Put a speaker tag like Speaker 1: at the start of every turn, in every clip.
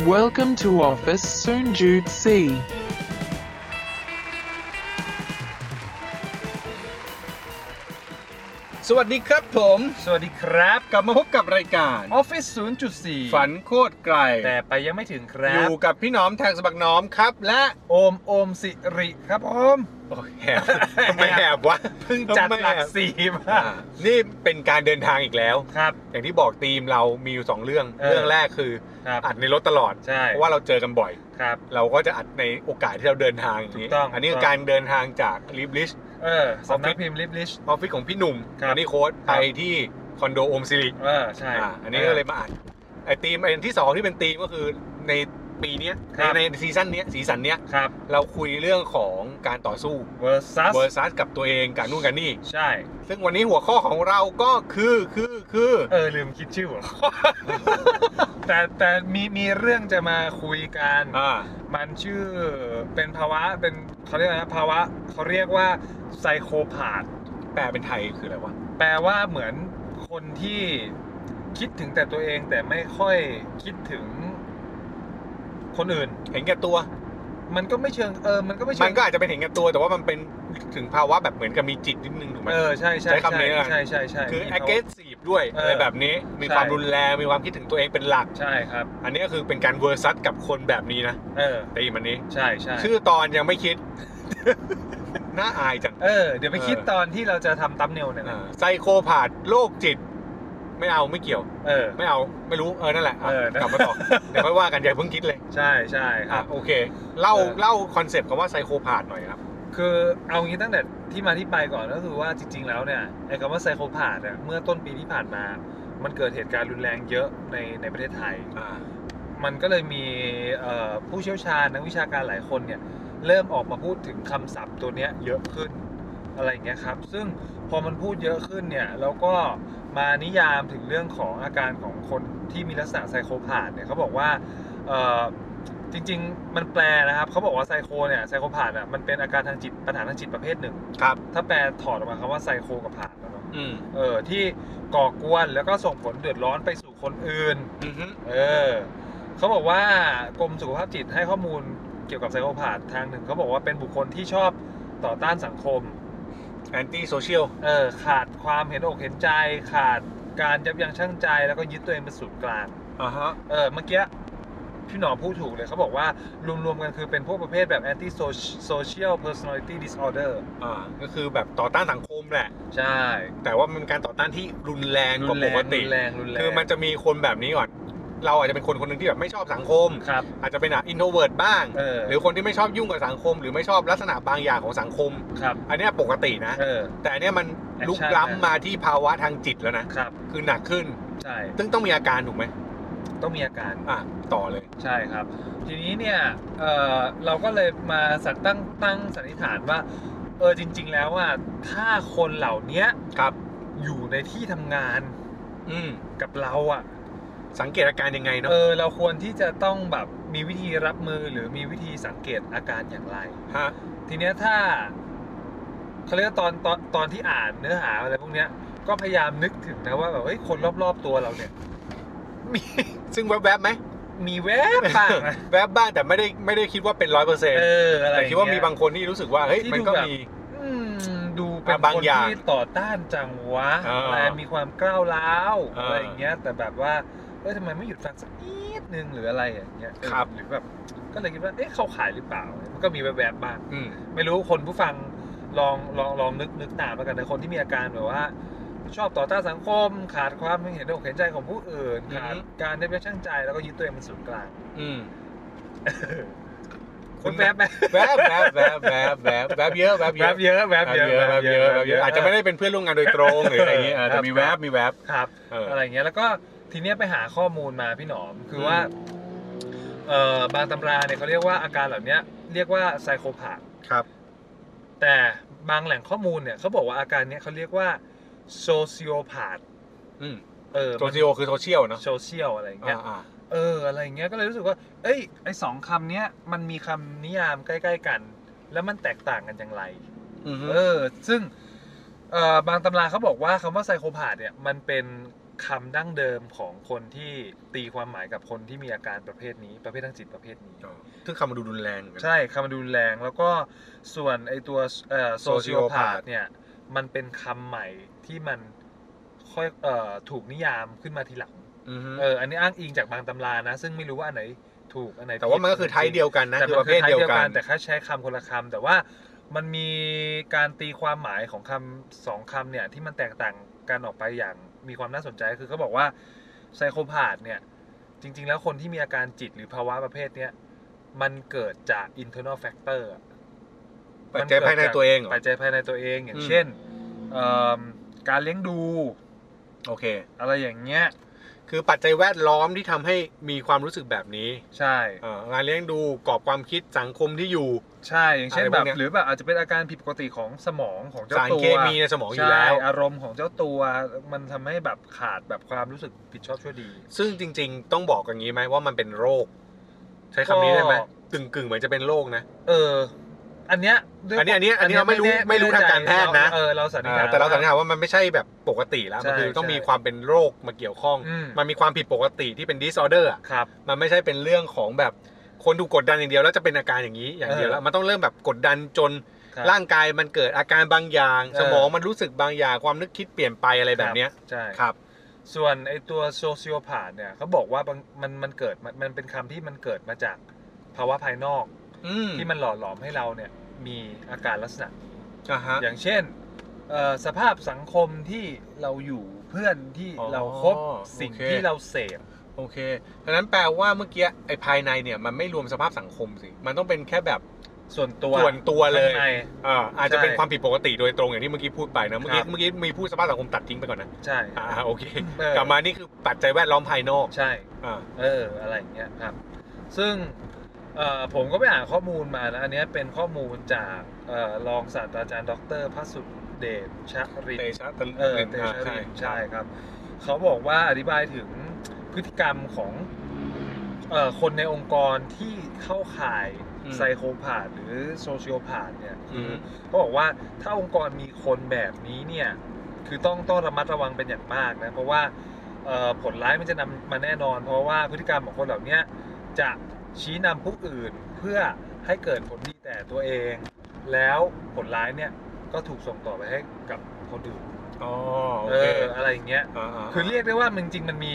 Speaker 1: Welcome to office soon Jude C.
Speaker 2: สวัสดีครับผม สวัสดีครับ กลับมาพบกับรายการ
Speaker 3: ออฟฟิศ0.4
Speaker 2: ฝันโคตรไกล
Speaker 3: แต่ไปยังไม่ถึงค
Speaker 2: อ
Speaker 3: รับ
Speaker 2: ยู่กับพี่หน้อมแทงสะบักหน้อมครับ และ
Speaker 3: โอมโอมสิริครับผม
Speaker 2: โอ้ยแหบทำไมแหบวะ
Speaker 3: เพิ่งจัด
Speaker 2: ทำไม
Speaker 3: หลั
Speaker 2: แบ
Speaker 3: กสี่มา
Speaker 2: อ่านี่เป็นการเดินทางอีกแล้ว
Speaker 3: ครับ
Speaker 2: อย่างที่บอกทีมเรามีอยู่สองเรื่อง
Speaker 3: เออ
Speaker 2: เรื่องแรกคือ
Speaker 3: ครับ
Speaker 2: อัดในรถตลอด
Speaker 3: ใช่
Speaker 2: เพราะว่าเราเจอกันบ่อย
Speaker 3: ครับ
Speaker 2: เราก็จะอัดในโอกาสที่เราเดินทางอย่างนี้
Speaker 3: ถูกต้อง
Speaker 2: อันนี้คือการเดินทางจากลิฟลิช
Speaker 3: เออ
Speaker 2: ออฟ
Speaker 3: สำ
Speaker 2: ฟิ
Speaker 3: นั
Speaker 2: ศ
Speaker 3: กพิมพ์ลิฟลิช
Speaker 2: ออฟฟิศของพี่หนุ่ม
Speaker 3: ครับ
Speaker 2: อันนี้โค้ด
Speaker 3: ครับ
Speaker 2: ไปที่คอนโดโอมสิริ
Speaker 3: เออ ใช่
Speaker 2: อ่าอันนี้ก็เลย
Speaker 3: อ
Speaker 2: มาอัดไอทีมไออันที่สองที่เป็นทีมก็คือในปีเนี้ย
Speaker 3: ครับ
Speaker 2: ในในซีซั่นเนี้ยสีสันเนี้ย
Speaker 3: ครับ
Speaker 2: เราคุยเรื่องของการต่อสู้
Speaker 3: เวอร์ซัส
Speaker 2: เวอร์ซัสกับตัวเองกับนู่นกับนี่
Speaker 3: ใช่
Speaker 2: ซึ่งวันนี้หัวข้อของเราก็คือคือคือ
Speaker 3: เออ ลืมคิดชื่อว่ะ แต่แต่มีมีเรื่องจะมาคุยกัน
Speaker 2: อ่า
Speaker 3: มันชื่อเป็นภาวะเป็นเขาเรียกอะไรนะภาวะเขาเรียกว่าไซโคพาธ
Speaker 2: แปลเป็นไทยคืออะไรวะ
Speaker 3: แปลว่าเหมือนคนที่คิดถึงแต่ตัวเองแต่ไม่ค่อยคิดถึงคนอื่น
Speaker 2: เห็นแก่ตัว
Speaker 3: มันก็ไม่เชิงเออมันก็ไม่เชิ
Speaker 2: มัน
Speaker 3: ง
Speaker 2: ก็อาจจะเป็นเห็นแก่ตัว แต่ว่ามันเป็นถึงภาวะแบบเหมือนกับมีจิตนิดนึงถูกไหม
Speaker 3: เออใช่ใช่
Speaker 2: ใช้คำนี้นะ
Speaker 3: ใช่ใช่ใช่
Speaker 2: คือ
Speaker 3: มีภาวะ
Speaker 2: aggressive ด้วย
Speaker 3: เอออ
Speaker 2: อะไรแบบนี้ มี
Speaker 3: ใช่
Speaker 2: ความรุนแรง มีความคิดถึงตัวเองเป็นหลัก
Speaker 3: ใช่ครับ
Speaker 2: อันนี้ก็คือเป็นการเวอร์ซัสกับคนแบบนี้นะ
Speaker 3: เออ
Speaker 2: ตีมันนี้
Speaker 3: ใช่ใช่
Speaker 2: ชื่อตอนยังไม่คิด น่าอายจัง
Speaker 3: เออ เดี๋ยวไปคิด
Speaker 2: เออ
Speaker 3: ตอนที่เราจะทำตั้มเนลเนี่ยนะ
Speaker 2: ไซโคพาธโรคจิต ไม่เอาไม่เกี่ยว
Speaker 3: เออ
Speaker 2: ไม่เอาไม่รู้เออนั่นแหละอ่ะ
Speaker 3: เออนะ
Speaker 2: กลับมา ต่อ เดี๋ยวค่อยว่ากันอย่าเพิ่งคิดเลย
Speaker 3: ใช่ใช่ค
Speaker 2: อ่ะ
Speaker 3: รับ
Speaker 2: โอเค เล่า
Speaker 3: เออ
Speaker 2: เล่าคอนเซปต์คำว่าไซโคพาธหน่อยครับ
Speaker 3: คือเอางี้ตั้งแต่ที่มาที่ไปก่อนก็คือว่าจริง ๆ แล้วเนี่ยไอ้คำว่าไซโคพาธเนี่ยเมื่อต้นปีที่ผ่านมา มันเกิดเหตุการณ์รุนแรงเยอะในในประเทศไทย
Speaker 2: อ่า
Speaker 3: มันก็เลยมีเอ่อผู้เชี่ยวชาญนักวิชาการหลายคนเนี่ยเริ่มออกมาพูดถึงคำศัพท์ตัวเนี้ยเยอะขึ้นอะไรอย่างเงี้ยครับ ซึ่งพอมันพูดเยอะขึ้นเนี่ยแล้วก็มานิยามถึงเรื่องของอาการของคนที่มีลักษณะไซโคพาธเนี่ยเขาบอกว่าเอ่อจริงๆมันแปลนะครับเขาบอกว่าไซโคเนี่ยไซโคพาธอ่ะมันเป็นอาการทางจิตปัญหาทางจิตประเภทหนึ่ง
Speaker 2: ครับ
Speaker 3: ถ้าแปลถอดออกมาคำว่าไซโคกับพาธแล้วเนาะ
Speaker 2: อืม
Speaker 3: เออที่ก่อกวนแล้วก็ส่งผลเดือดร้อนไปสู่คนอื่น
Speaker 2: อือฮึ
Speaker 3: เออเขาบอกว่ากรมสุขภาพจิตให้ข้อมูลเกี่ยวกับไซโคพาธทางหนึ่งเขาบอกว่าเป็นบุคคลที่ชอบต่อต้านสังคม
Speaker 2: แอนตี้โซเชียล
Speaker 3: เออขาดความเห็นอกเห็นใจ ขาดการยับยั้งชั่งใจ แล้วก็ยึดตัวเองเป็นศูนย์กลาง
Speaker 2: อ่าฮะ
Speaker 3: เออเมื่อกี้พี่หนอพูดถูกเลยเขาบอกว่ารวมๆกันคือเป็นพวกประเภทแบบ anti social personality disorder
Speaker 2: อ่า ก็คือแบบต่อต้านสังคมแหละ
Speaker 3: ใช่
Speaker 2: แต่ว่ามันเป็นการต่อต้านที่รุนแรงกว่าปกติ
Speaker 3: รุนแรงรุนแรง
Speaker 2: คือมันจะมีคนแบบนี้ก่อน เราอาจจะเป็นคนคนหนึ่งที่แบบไม่ชอบสังคม
Speaker 3: ครับ
Speaker 2: อาจจะเป็นอ่ะอินโทรเวิร์ตบ้าง
Speaker 3: เออ
Speaker 2: หรือคนที่ไม่ชอบยุ่งกับสังคม หรือไม่ชอบลักษณะบางอย่างของสังคม
Speaker 3: ครับ
Speaker 2: อันเนี้ยปกตินะ
Speaker 3: เออ
Speaker 2: แต่อันเนี้ยมันลุก
Speaker 3: Action นะ
Speaker 2: ล้ำมาที่ภาวะทางจิตแล้วนะ
Speaker 3: ครับ
Speaker 2: คือหนักขึ้น
Speaker 3: ใช่
Speaker 2: ซึ่งต้องมีอาการถูกไหม
Speaker 3: ต้องมีอาการ
Speaker 2: อ่ะ ต่อเลย
Speaker 3: ใช่ครับ ทีนี้เนี่ยเอ่อเราก็เลยมาสัตตั้งตั้งสันนิษฐานว่าเออจริง ๆ แล้วว่าถ้าคนเหล่าเนี้ย
Speaker 2: ครับ
Speaker 3: อยู่ในที่ทำงาน
Speaker 2: อืม
Speaker 3: กับเราอะ่ะ
Speaker 2: สังเกตอาการยังไงเนาะ
Speaker 3: เออเราควรที่จะต้องแบบมีวิธีรับมือหรือมีวิธีสังเกตอาการอย่างไร
Speaker 2: ฮะ
Speaker 3: ทีเนี้ยถ้าเขาเรียกว่าตอนตอนตอนที่อ่านเนื้อหาอะไรพวกเนี้ยก็พยายามนึกถึงนะว่าแบบเฮ้ยคนรอบๆตัวเราเนี่ย มี
Speaker 2: ซึ่งแวบๆไหม
Speaker 3: มีแวบบ้าง นะ
Speaker 2: แวบบ้างแต่ไม่ได้ไม่ได้คิดว่าเป็นร้อยเปอร์เซ็น
Speaker 3: เอ
Speaker 2: ต์
Speaker 3: ออะไรอ
Speaker 2: แต่
Speaker 3: ย่งเงี้ย
Speaker 2: คิดว่ามีบางคนที่รู้สึกว่าเฮ้ย
Speaker 3: ที่
Speaker 2: มัน
Speaker 3: ดู
Speaker 2: ก็
Speaker 3: แบบ
Speaker 2: มี
Speaker 3: อืมดูเป็น
Speaker 2: อ่ะบาง
Speaker 3: คน
Speaker 2: อย่าง
Speaker 3: ที่ต่อต้านจังวะ
Speaker 2: อ่า
Speaker 3: อะไรมีความกล้าวร้าว
Speaker 2: อ่า
Speaker 3: อะไรอย่างเงี้ย แต่แบบว่าเอ้ยทำไมไม่หยุดฟังสักนิดนึงหรืออะไรอย่างเงี้ยเออ
Speaker 2: ครับ
Speaker 3: หรือแบบก็เลยคิดว่าเอ๊ะเข้าขายหรือเปล่า มันก็มีแวบๆบ้าง
Speaker 2: อืม
Speaker 3: ไม่รู้คนผู้ฟังลองลองลองนึกนึกตามแล้วกันนะคนที่มีอาการแบบว่า ชอบต่อต้านสังคม ขาดความเห็นอกเห็นใจของผู้อื่นขาดการได้เป็นช่างใจแล้วก็ยึดตัวเองเป็นศูนย์กลาง
Speaker 2: อืม คุ
Speaker 3: คุณ ณแวบไหม
Speaker 2: แวบแวบแวบแวบแวบแวบเยอะแวบเย
Speaker 3: แว
Speaker 2: อะ
Speaker 3: บเยอะแวบเยอะ
Speaker 2: แวบเยอะแวบเยอะอาจจะไม่ได้เป็นเพื่อนร่วมงานโดยตรงหรืออะไรอย่างเงี้ยเออแต่มีแวบมีแวบ
Speaker 3: ครับ
Speaker 2: เออ
Speaker 3: อะไรอย่างเงี้ยแล้วก็ทีเนี้ยไปหาข้อมูลมาพี่หนอมคืออ
Speaker 2: ม
Speaker 3: ว่าเอ่อบางตำราเนี่ยเขาเรียกว่าอาการเหล่าเนี้ยเรียกว่าไซโคพาธ
Speaker 2: ครับ
Speaker 3: แต่บางแหล่งข้อมูลเนี่ยเขาบอกว่าอาการเนี้ยเขาเรียกว่าโซเชียลพาธ
Speaker 2: อืม
Speaker 3: เออ
Speaker 2: โซเชียลคือโซเชียลเนาะ
Speaker 3: โซเชียลอะไรอย่างเงี้ย
Speaker 2: อ่า
Speaker 3: เอออะไรอย่างเงี้ยก็เลยรู้สึกว่า เอ้ยไอสองคำเนี้ยมันมีคำนิยามใกล้ๆกัน แล้วมันแตกต่างกันอย่างไร
Speaker 2: ๆอืม
Speaker 3: เออ ซึ่งเอ่อบางตำราเขาบอกว่าคำว่าไซโคพาธเนี่ยมันเป็น คำดั้งเดิมของคนที่ตีความหมายกับคนที่มีอาการประเภทนี้ประเภททางจิตประเภทนี้
Speaker 2: อ๋อซึ่งคำมันดูรุนแรงเหมือนกัน
Speaker 3: ใช่คำดูแรงแล้วก็ส่วนไอตัวโซเชียลพา
Speaker 2: sociopath
Speaker 3: ธเนี่ย มันเป็นคำใหม่ที่มันค่อยเอ่อถูกนิยามขึ้นมาทีหลัง
Speaker 2: อือฮึ
Speaker 3: เอออันนี้อ้างอิงจากบางตำรานะ ซึ่งไม่รู้ว่าอันไหนถูกอันไหน
Speaker 2: แต่ว่ามันก็คือไทยเดียวกันนะ
Speaker 3: แต่
Speaker 2: คือ
Speaker 3: มั
Speaker 2: ประ
Speaker 3: นคื
Speaker 2: เภ
Speaker 3: อ
Speaker 2: ท
Speaker 3: ไทย
Speaker 2: เดียว
Speaker 3: เดียว
Speaker 2: กั
Speaker 3: กัน น แต่แค่ใช้คำคนละคำแต่ว่ามันมีการตีความหมายของคำสองคำเนี่ย ที่มันแตกต่างกันออกไปอย่างมีความน่าสนใจคือเขาบอกว่าไซโคพาธเนี่ย จริง ๆ แล้วคนที่มีอาการจิตหรือภาวะประเภทเนี้ยมันเกิดจาก internal factor อะ
Speaker 2: ปัจจัยภายในตัวเองเหรอ
Speaker 3: ปัจจัยภายในตัวเองอย่าง
Speaker 2: อืม
Speaker 3: เช่นเอิ่มการเลี้ยงดู
Speaker 2: โอเค
Speaker 3: อะไรอย่างเงี้ย
Speaker 2: คือปัจจัยแวดล้อมที่ทำให้มีความรู้สึกแบบนี้
Speaker 3: ใช่
Speaker 2: เอ่องานเลี้ยงดูกรอบความคิดสังคมที่อยู่
Speaker 3: ใช่อย่างเช่
Speaker 2: อะ
Speaker 3: น
Speaker 2: ไรพ
Speaker 3: แบ
Speaker 2: ว
Speaker 3: บ
Speaker 2: กเนี้ย
Speaker 3: หรือแบบอาจจะเป็นอาการผิดปกติของสมองของเจ้า
Speaker 2: สาร
Speaker 3: ตัว
Speaker 2: เคมีในสมองอยู่
Speaker 3: ใช่
Speaker 2: แล้ว
Speaker 3: อารมณ์ของเจ้าตัวมันทำให้แบบขาดแบบความรู้สึกผิดชอบชั่วดี
Speaker 2: ซึ่งจริง ๆ ต้องบอกอย่างนี้ไหมว่ามันเป็นโรค ใช้คำนี้ได้ไหม
Speaker 3: ก็
Speaker 2: กึ่งกึ่งๆเหมือนจะเป็นโรคนะ
Speaker 3: เออ อันเนี้ยด้วย
Speaker 2: อันนี้อันนี้อันนี้เราไม่รู้
Speaker 3: แ
Speaker 2: ไม่รู้ทางการแพทย์นะ
Speaker 3: เออเราสันนิษฐาน
Speaker 2: แต่เราสันนิษฐานว่ามันไม่ใช่แบบปกติแล้ว
Speaker 3: ใช่
Speaker 2: มันคือต้อง
Speaker 3: ใช่
Speaker 2: มีความเป็นโรคมาเกี่ยวข้อง
Speaker 3: อืม
Speaker 2: มันมีความผิดปกติที่เป็น disorder อะ
Speaker 3: ครับ
Speaker 2: มันไม่ใช่เป็นเรื่องของแบบคนถูกกดดันอย่างเดียวแล้วจะเป็นอาการอย่างนี้อย่างเดียว
Speaker 3: เออ
Speaker 2: แล้วมันต้องเริ่มแบบกดดันจน
Speaker 3: คบ
Speaker 2: ร่างกายมันเกิดอาการบางอย่าง
Speaker 3: เออ
Speaker 2: สมองมันรู้สึกบางอย่างความนึกคิดเปลี่ยนไปอะไรแบบเนี้ย
Speaker 3: ใช่
Speaker 2: ครับ
Speaker 3: ส่วนไอตัวโซเชียลพาธเนี่ยเขาบอกว่าบางมันมันเกิดมันมันเป็นคำที่มันเกิดมาจากภาวะภายนอก
Speaker 2: อืม
Speaker 3: ที่มันหล่อหลอมให้เราเนี่ยมีอาการลักษณะ
Speaker 2: อ่าฮะ
Speaker 3: อย่างเช่นเอ่อสภาพสังคมที่เราอยู่เพื่อนที่
Speaker 2: อ๋อ
Speaker 3: เราคบสิ่ง
Speaker 2: โอเค
Speaker 3: ที่เราเสพ
Speaker 2: โอเคดังนั้นแปลว่าเมื่อกี้ไอ้ภายในเนี่ยมันไม่รวมสภาพสังคมสิ มันต้องเป็นแค่แบบ
Speaker 3: ส่วนตัว
Speaker 2: ส่วนตัวเลย
Speaker 3: ข้างใน
Speaker 2: อ่าอาจจะเป็น
Speaker 3: ใช่
Speaker 2: ความผิดปกติโดยตรงอย่างที่เมื่อกี้พูดไปนะเมื่อกี้
Speaker 3: ครับ
Speaker 2: เมื่อกี้มีพูดสภาพสังคมตัดทิ้งไปก่อนนะ
Speaker 3: ใช่
Speaker 2: อ่าโอเค
Speaker 3: เออก
Speaker 2: ลับมานี่คือปัจจัยแวดล้อมภายนอก
Speaker 3: ใช่
Speaker 2: อ่า
Speaker 3: เออ อะไรอย่างเงี้ยครับ ซึ่งเอ่อผมก็ไปอ่านข้อมูลมานะอันเนี้ยเป็นข้อมูลจากเอ่อรองศาสตราจารย์ดรพระสุดเดชชริน
Speaker 2: เตชะตะลึง
Speaker 3: เออเต
Speaker 2: อ่า
Speaker 3: ชะริน
Speaker 2: ใช่
Speaker 3: ใช่ครับ เขาบอกว่าอธิบายถึงพฤติกรรมของเอ่อคนในองค์กรที่เข้าข่ายไซโคพาธหรือโซเชียลพาธเนี่ย
Speaker 2: อืม
Speaker 3: คืออ เขาบอกว่าถ้าองค์กรมีคนแบบนี้เนี่ย คือต้องต้องระมัดระวังเป็นอย่างมากนะ เพราะว่าเอ่อผลร้ายมันจะนำมาแน่นอน เพราะว่าพฤติกรรมของคนเหล่าเนี้ยจะชี้นำผู้อื่นเพื่อให้เกิดผลดีแต่ตัวเอง แล้วผลร้ายเนี่ยก็ถูกส่งต่อไปให้กับคนอื่น
Speaker 2: อ๋อโอ
Speaker 3: เอ
Speaker 2: เค
Speaker 3: ออะไรอย่างเงี้ย
Speaker 2: าา
Speaker 3: คือเรียกได้ว่ามันจริงๆมันมี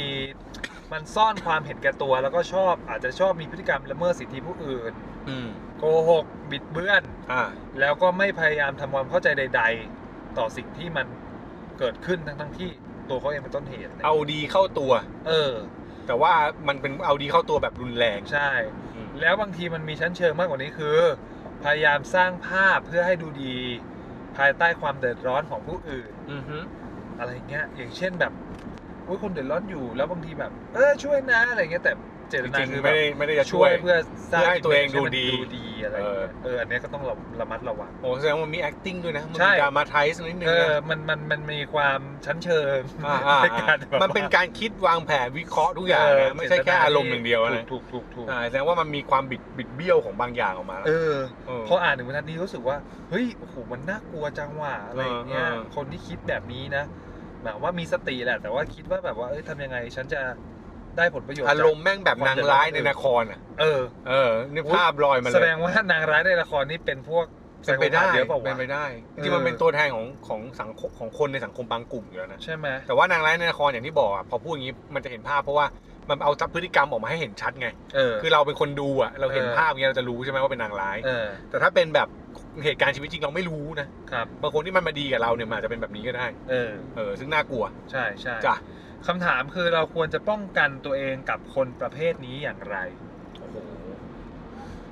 Speaker 3: มันซ่อนความเห็นแก่ตัว แล้วก็ชอบอาจจะชอบมีพฤติกรรมละเมิดสิทธิผู้อื่น
Speaker 2: อืม
Speaker 3: โกหกบิดเบือน
Speaker 2: อ่า
Speaker 3: แล้วก็ไม่พยายามทำความเข้าใจใด ๆ ต่อสิ่งที่มันเกิดขึ้นทั้งทั้งๆที่ตัวเขาเองเป็นต้นเหตุนะ
Speaker 2: เอาดีเข้าตัว
Speaker 3: เออ
Speaker 2: แต่ว่ามันเป็นเอาดีเข้าตัวแบบรุนแรง
Speaker 3: ใช่ แล้วบางทีมันมีชั้นเชิงมากกว่านี้คือ พยายามสร้างภาพเพื่อให้ดูดี ภายใต้ความเดือดร้อนของผู้อื่น
Speaker 2: อือฮึ
Speaker 3: อะไรเงี้ย อย่างเช่นแบบอุ้ยคนเดือดร้อนอยู่ แล้วบางทีแบบ เออช่วยนะอะไรเงี้ยแต่เจตนา
Speaker 2: จริงๆ
Speaker 3: คือแบบ
Speaker 2: ไม่ได้ไม่ได้จะช่
Speaker 3: ช่ว
Speaker 2: วย ย
Speaker 3: เพื่อสร้าง
Speaker 2: เพื่อให้ตัวเองดูดี
Speaker 3: ดูดีอะไรเงี้ยเอออันเนี้ยก็ต้องระมัดระวัง
Speaker 2: โอ้แสดงว่ามันมี acting ด้วยนะ มัน
Speaker 3: ใช่
Speaker 2: มีดรามาไทส์นิดนึง
Speaker 3: เออ
Speaker 2: นะ
Speaker 3: มันมันมันมีความชั้นเชิง
Speaker 2: าอ่า
Speaker 3: ใน
Speaker 2: อ่า
Speaker 3: การแบบ
Speaker 2: มันเป็นการคิดวางแผนวิเคราะห์ทุกอย่าง
Speaker 3: เ
Speaker 2: นะไม่ใช่แค่อารมณ์อย่างเดียวนะ
Speaker 3: ถูกถูกถูกถูก
Speaker 2: อ่าแสดงว่ามันมีความบิดบิดเบี้ยวของบางอย่างออกมาแล้ว
Speaker 3: เออ
Speaker 2: เออ
Speaker 3: พออ่านถึงบรรทัดนี้รู้สึกว่าเฮ้ยโอ้โหมันน่ากลัวจังว่ะอะไรอย่างเงี้ย
Speaker 2: เออเออ
Speaker 3: คนที่คิดแบบนี้นะหมายว่ามีสติแหละ แต่ว่าคิดว่าแบบว่าเอ้ยทำยังไง ฉันจะได้ผลประโยชน์จก
Speaker 2: อารมณ์แม่งแบบนางร้ายในนครอ่ะ
Speaker 3: เออ
Speaker 2: เออนี่
Speaker 3: อุ๊ย
Speaker 2: ภาพลอยมา
Speaker 3: แส
Speaker 2: เล
Speaker 3: ด
Speaker 2: ย
Speaker 3: งว่านางร้ายในละครนี่เป็นพวก
Speaker 2: เป็นไปได้
Speaker 3: เยอะเปล่า
Speaker 2: เป็นไป
Speaker 3: วะ
Speaker 2: ได้
Speaker 3: เออ
Speaker 2: ที่มันเป็นตัวแทนของของสังคมของคนในสังคมบางกลุ่มอยู่แล้วนะ
Speaker 3: ใช่ไหม
Speaker 2: แต่ว่านางร้ายในนครอย่างที่บอกอ่ะพอพูดอย่างนี้มันจะเห็นภาพเพราะว่ามันเอาพฤติกรรมออกมาให้เห็นชัดไง
Speaker 3: เออ
Speaker 2: คือเราเป็นคนดูอ่ะ เราเห็น
Speaker 3: เออ
Speaker 2: ภาพอย่างเงี้ยเราจะรู้ใช่ไหมว่าเป็นนางร้าย
Speaker 3: เออ
Speaker 2: แต่ถ้าเป็นแบบเหตุการณ์ชีวิตจริงเราไม่รู้นะครับ บางคนที่มันมาดีกับเราเนี่ยมันอาจจะเป็นแบบนี้ก็ได้
Speaker 3: เออ
Speaker 2: เออซึ่งน่ากลัว
Speaker 3: ใช่ใช่
Speaker 2: จ้ะ
Speaker 3: คำถามคือเราควรจะป้องกันตัวเองกับคนประเภทนี้อย่างไร
Speaker 2: โอ้โห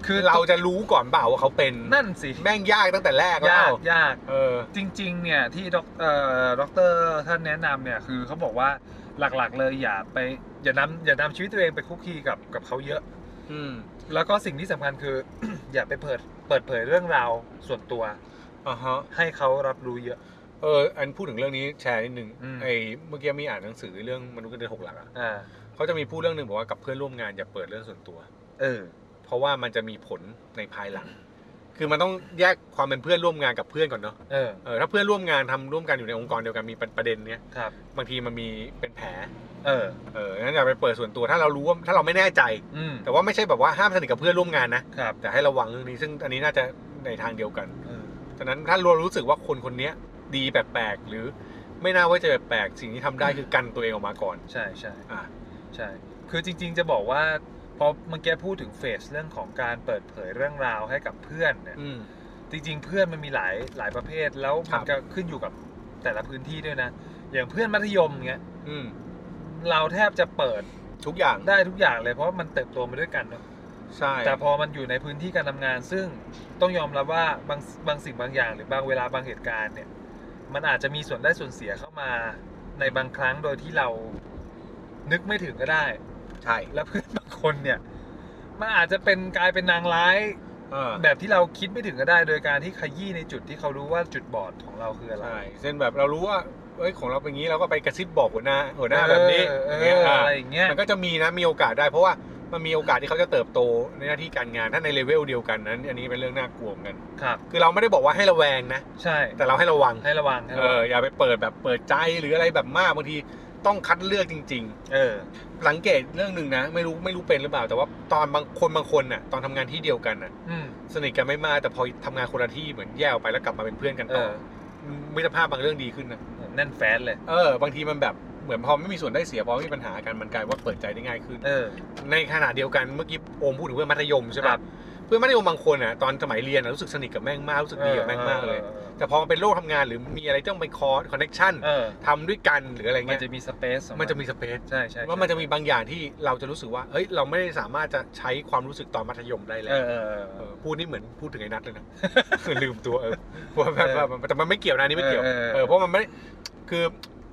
Speaker 3: คือ
Speaker 2: เราจะรู้ก่อนเปล่าว่าเขาเป็น
Speaker 3: นั่นสิ
Speaker 2: แม่งยากตั้งแต่แรกแล้
Speaker 3: ยาก
Speaker 2: วย
Speaker 3: าก
Speaker 2: เออ
Speaker 3: จริง ๆ เนี่ยที่ด็อกเอ่อด็อกเตอร์ท่านแนะนำเนี่ยคือเขาบอกว่าหลักๆ เลยอย่าไปอย่านำอย่านำชีวิตตัวเองไปคุกคีกับกับเขาเยอะ
Speaker 2: อืม
Speaker 3: แล้วก็สิ่งที่สำคัญคือ อย่าไปเปิดเปิดเผยเรื่องราวส่วนตัว
Speaker 2: อ่าฮะ
Speaker 3: ให้เขารับรู้เยอะ
Speaker 2: เอออันพูดถึงเรื่องนี้แชร์นิดนึง
Speaker 3: อืม
Speaker 2: ไอ้เมื่อกี้มีอ่านหนังสือเรื่องมนุษย์เงินเดือนหกหลักอ่ะ
Speaker 3: อ่า
Speaker 2: เขาจะมีพูดเรื่องหนึ่งบอกว่ากับเพื่อนร่วมงานอย่าเปิดเรื่องส่วนตัว
Speaker 3: เออ
Speaker 2: เพราะว่ามันจะมีผลในภายหลัง คือมันต้องแยกความเป็นเพื่อนร่วมงานกับเพื่อนก่อนเนาะ
Speaker 3: เออ
Speaker 2: เออถ้าเพื่อนร่วมงานทำร่วมกันอยู่ในองค์กรเดียวกันมีประเด็นเนี้ย
Speaker 3: ครับ
Speaker 2: บางทีมันมีเป็นแผล
Speaker 3: เออ
Speaker 2: เอองั้นอย่าไปเปิดส่วนตัวถ้าเรารู้ว่าถ้าเราไม่แน่ใจ
Speaker 3: อืม
Speaker 2: แต่ว่าไม่ใช่แบบว่าห้ามสนิทกับเพื่อนร่วมงานนะครับ แต่ให้ระวังเรื่องนี้ซึ่งอันนี้น่าจะในทางเดียวกัน
Speaker 3: เออ
Speaker 2: ฉะนั้นถ้าเรารู้สึกว่าคนคนเนี้ยดีแปลกๆหรือไม่น่าไว้ใจแปลกๆสิ่งที่ทำได้คือกันตัวเองออกมาก่อน
Speaker 3: ใช่ใช่
Speaker 2: อ่ะ
Speaker 3: ใช่ คือจริง ๆ จะบอกว่าพอเมื่อกี้พูดถึงเฟสเรื่องของการเปิดเผยเรื่องราวให้กับเพื่อนเนี่ย
Speaker 2: อืม
Speaker 3: จริงๆ เพื่อนมันมีหลายหลายประเภทแล้ว
Speaker 2: ครั
Speaker 3: มัน
Speaker 2: บ
Speaker 3: ก็ขึ้นอยู่กับแต่ละพื้นที่ด้วยนะ อย่างเพื่อนมัธยมเงี้ย
Speaker 2: อืม
Speaker 3: เราแทบจะเปิด
Speaker 2: ทุกอย่าง
Speaker 3: ได้ทุกอย่างเลยเพราะมันเติบโตมาด้วยกันเนอะ
Speaker 2: ใช่
Speaker 3: แต่พอมันอยู่ในพื้นที่การทำงาน ซึ่งต้องยอมรับว่าบางบางสิ่งบางอย่าง หรือบางเวลาบางเหตุการณ์เนี่ย มันอาจจะมีส่วนได้ส่วนเสียเข้ามาในบางครั้งโดยที่เรานึกไม่ถึงก็ได้
Speaker 2: ใช่
Speaker 3: และเพื่อนบางคนเนี่ยมันอาจจะเป็นกลายเป็นนางร้าย
Speaker 2: เออ
Speaker 3: แบบที่เราคิดไม่ถึงก็ได้โดยการที่ขยี้ในจุดที่เขารู้ว่าจุดบอดของเราคืออะไร
Speaker 2: ใช่เช่นแบบเรารู้ว่าเอ้ยของเราเป็นงี้เราก็ไปกระซิบบอกหัวหน้าหัวหน้าแบบนี้อ
Speaker 3: เออ
Speaker 2: ย่าง
Speaker 3: เอ
Speaker 2: เงี้ย
Speaker 3: อ
Speaker 2: อ่ะ
Speaker 3: อะไรอย่างเงี้ย
Speaker 2: มันก็จะมีนะมีโอกาสได้ เพราะว่ามันมีโอกาสที่เขาจะเติบโตในหน้าที่การงานถ้าในเลเวลเดียวกันนั้น อันนี้เป็นเรื่องน่ากลัวเหมือนกัน
Speaker 3: ครับ
Speaker 2: คือเราไม่ได้บอกว่าให้ระแวงนะ
Speaker 3: ใช่
Speaker 2: แต่เราให้ระวัง
Speaker 3: ให้ระวังให้
Speaker 2: เอ
Speaker 3: ระวั
Speaker 2: อง อย่าไปเปิดแบบเปิดใจหรืออะไรแบบมากบางทีต้องคัดเลือกจริง ๆ
Speaker 3: เออ
Speaker 2: สังเกตเรื่องหนึ่งนะ ไม่รู้ไม่รู้เป็นหรือเปล่า แต่ว่าตอนบางคนบางคนน่ะตอนทำงานที่เดียวกันน่ะ
Speaker 3: อืม
Speaker 2: สนิทกันไม่มากแต่พอทำงานคนละที่เหมือนแยกออกไปแล้วกลับมาเป็นเพื่อนกัน
Speaker 3: เอ
Speaker 2: ต่อ
Speaker 3: อ
Speaker 2: มิตรภาพบางเรื่องดีขึ้นนะ
Speaker 3: แน่นแฟนเลย
Speaker 2: เออบางทีมันแบบเหมือนพอไม่มีส่วนได้เสียพอไม่มีปัญหากันมันกลายว่าเปิดใจได้ง่ายขึ้น
Speaker 3: เออ
Speaker 2: ในขณะเดียวกันเมื่อกี้โอมพูดถึงเพื่อนมัธยมใช่
Speaker 3: ค
Speaker 2: ปะ
Speaker 3: รับ
Speaker 2: เพื่อนมัธยมบางคนน่ะตอนสมัยเรียนน่ะรู้สึกสนิทกับแม่งมากรู้สึกดีกับแม่งมากเลย แต่พอมันเป็นโลกทำงานหรือมีอะไรที่ต้องไปคอร์คอนเนคชั่น
Speaker 3: เออ
Speaker 2: ทำด้วยกันหรืออะไร
Speaker 3: มัน
Speaker 2: เงี้ย
Speaker 3: จะมีสเปซ
Speaker 2: มันจะมีสเปซ
Speaker 3: ใช่ใช่
Speaker 2: ว่ามันจะมีบางอย่างที่เราจะรู้สึกว่า เฮ้ย เราไม่ได้สามารถจะใช้ความรู้สึกตอนมัธยมได้แล้
Speaker 3: เอ
Speaker 2: ว
Speaker 3: อเออ
Speaker 2: เอ
Speaker 3: เออ
Speaker 2: อพูดนี่เหมือนพูดถึงไอ้นัทเลยนะ ลืมตัวเอ อว่าแบบว่ามันแต่มันไม่เกี่ยวนะอันนี่ไม่เกี่ยว
Speaker 3: เออเออ
Speaker 2: เออ เพราะมันไม่ คือ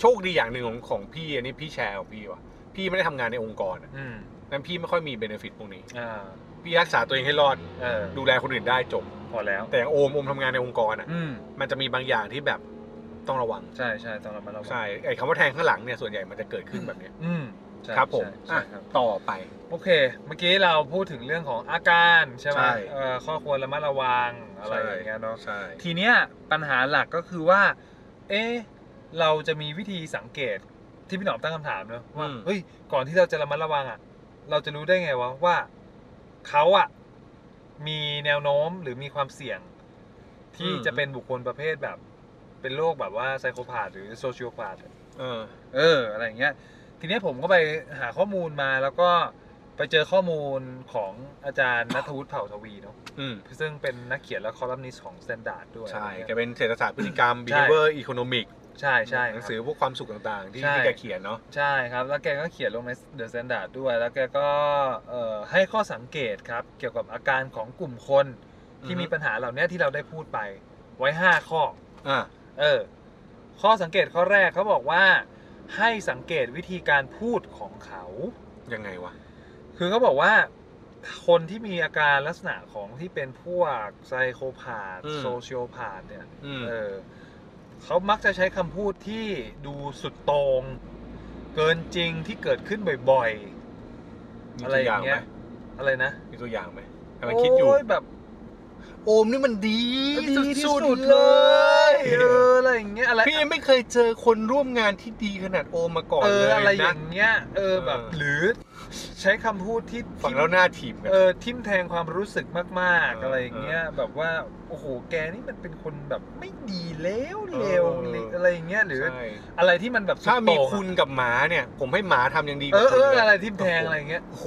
Speaker 2: โชคดีอย่างหนึ่งของของพี่อันนี้พี่แชร์ของพี่ว่ะ พี่ไม่ได้ทำงานในองค์กรอะ
Speaker 3: อืม
Speaker 2: นั้นพี่ไม่ค่อยมีเบนฟิตพวกนี้
Speaker 3: อ่า
Speaker 2: พี่รักษาตัวเองให้รอด
Speaker 3: เออ
Speaker 2: ดูแลคนอื่นได้จบ
Speaker 3: พอแล้ว
Speaker 2: แต่อย่างโอมโอมทำงานในองค์กรอ่ะ
Speaker 3: อืม
Speaker 2: มันจะมีบางอย่างที่แบบต้องระวัง
Speaker 3: ใช่ใช่ต้องระมัดระวัง
Speaker 2: ใช่ ไอ้คำว่าแทงข้างหลังเนี่ยส่วนใหญ่มันจะเกิดขึ้นแบบเนี้ย
Speaker 3: อืมใช่
Speaker 2: ครับผม
Speaker 3: ใช่ใช่ครับ
Speaker 2: อ่ะต่อไป
Speaker 3: โอเค เมื่อกี้เราพูดถึงเรื่องของอาการใช่ไหม
Speaker 2: ใช่
Speaker 3: เอ่อข้อควรระมัดระวังอะไรอย่างเงี้ยเนาะ
Speaker 2: ใช่
Speaker 3: ทีเนี้ยปัญหาหลักก็คือว่า เอ๊ะเราจะมีวิธีสังเกตที่พี่หนอมตั้งคำถามเนอะว่า
Speaker 2: อืม
Speaker 3: เฮ้ย ก่อนที่เราจะระมัดระวังอ่ะ เราจะรู้ได้ไงวะว่าเขาอ่ะมีแนวโน้มหรือมีความเสี่ยง ที่จะเป็นบุคคลประเภทแบบ เป็นโรคแบบว่าไซโคพาธหรือโซเชีย p พาธ
Speaker 2: เออ
Speaker 3: เอออะไรอย่างเงี้ยทีเนี้ยผมก็ไปหาข้อมูลมาแล้วก็ไปเจอข้อมูลของอาจารย์นัทวุฒิเผ่าทวีเนาะ
Speaker 2: อืม
Speaker 3: ซึ่งเป็นนักเขียนและคอลัมนิสต์ของ Standard ด้วย
Speaker 2: ใช่
Speaker 3: อะไร
Speaker 2: แก
Speaker 3: เงี้ย
Speaker 2: เป็นเศรษฐศาสตร์พฤติกรรม
Speaker 3: ใช่
Speaker 2: behavior economic
Speaker 3: ใช่ใช่
Speaker 2: หนัง
Speaker 3: ครับ
Speaker 2: สือพวกความสุขต่างๆ ที่
Speaker 3: ใช่
Speaker 2: ที่แกเขียนเนาะ
Speaker 3: ใช่ครับ แล้วแกก็เขียนลงใน The Standard ด้วย แล้วแกก็เอ่อให้ข้อสังเกตครับ เกี่ยวกับอาการของกลุ่มคน
Speaker 2: อื
Speaker 3: ที่
Speaker 2: อฮึ
Speaker 3: มีปัญหาเหล่าเนี้ยที่เราได้พูดไปไว้ 5 ข้อ
Speaker 2: อ่า
Speaker 3: เออ ข้อสังเกตข้อแรกเขาบอกว่า ให้สังเกตวิธีการพูดของเขา
Speaker 2: ยังไงวะ
Speaker 3: คือเขาบอกว่าคนที่มีอาการลักษณะของที่เป็นพวกไซโคพาธ
Speaker 2: อืม
Speaker 3: โซเชียลพาธเนี่ย
Speaker 2: อืม
Speaker 3: เออเขามักจะใช้คำพูดที่ดูสุดโตรง เกินจริงที่เกิดขึ้นบ่อย
Speaker 2: มี
Speaker 3: ๆ อะไร
Speaker 2: ตัว
Speaker 3: อ
Speaker 2: อย่า
Speaker 3: ย่าง ง
Speaker 2: ไห
Speaker 3: เงี้
Speaker 2: ม
Speaker 3: ยอะไรนะ
Speaker 2: มีตัวอย่างไหมกำลังคิดอยู่
Speaker 3: โอ้ยแบบ
Speaker 2: โอมนี่มันดี
Speaker 3: ดีที่
Speaker 2: สุด
Speaker 3: สุด
Speaker 2: ๆ
Speaker 3: เล
Speaker 2: เลย ย
Speaker 3: เอออะไรอย่างเงี้ยอะไร
Speaker 2: พี่ยังไม่เคยเจอคนร่วมงานที่ดีขนาดโอมมาก่อน
Speaker 3: เอ
Speaker 2: เล
Speaker 3: อ
Speaker 2: ย
Speaker 3: อะไร
Speaker 2: นะ
Speaker 3: อย่างเงี้ยเออแบบ
Speaker 2: เออ
Speaker 3: หรือใช้คำพูดที่
Speaker 2: ฝั่งแล้วหน้าถีบกัน
Speaker 3: เออทิมแทงความรู้สึกมาก
Speaker 2: เออ
Speaker 3: ๆ
Speaker 2: อ
Speaker 3: อะไรอย่างเงี้ยแบบว่าโอ้โหแกนี่มันเป็นคนแบบไม่ดีแล้วเลว
Speaker 2: เออ
Speaker 3: เลยอะไรอย่างเงี้ยหรือ
Speaker 2: ใช่
Speaker 3: อะไรที่มันแบบสุด
Speaker 2: ถ้ามี
Speaker 3: โต่งอะ
Speaker 2: คุณกับหมาเนี่ย ผมให้หมาทำยังดีก
Speaker 3: เอ
Speaker 2: ว่า
Speaker 3: อเอ
Speaker 2: คุณ
Speaker 3: อ
Speaker 2: เลย
Speaker 3: อะไรทิมแทงอะไรอย่างเงี้ย
Speaker 2: โอ้โห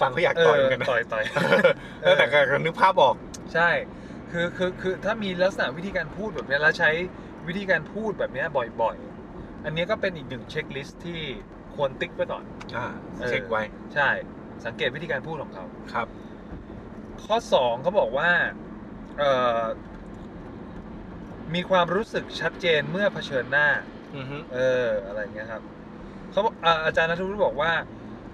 Speaker 2: ฟังเขาอยาก
Speaker 3: เอ
Speaker 2: ต่
Speaker 3: อ
Speaker 2: อยเหมือนกันนะ
Speaker 3: ต่อยต่อย
Speaker 2: เออแต่ก็ก็นึกภาพออก
Speaker 3: ใช่ คือคือคือถ้ามีลักษณะวิธีการพูดแบบเนี้ยแล้วใช้วิธีการพูดแบบเนี้ยบ่อยๆ อันเนี้ยก็เป็นอีกหนึ่งเช็คลิสต์ที่ควรติ๊กไว้ก่อน
Speaker 2: อ่า
Speaker 3: เออ
Speaker 2: เช็คไว้
Speaker 3: ใช่สังเกตวิธีการพูดของเขา
Speaker 2: ครับ
Speaker 3: ข้อสองเขาบอกว่าเอ่อมีความรู้สึกชัดเจนเมื่อเผชิญหน้า
Speaker 2: อือฮึ
Speaker 3: เอออะไรอย่างเงี้ยครับเขาบอกอ่าอาจารย์นัทวุฒิบอกว่า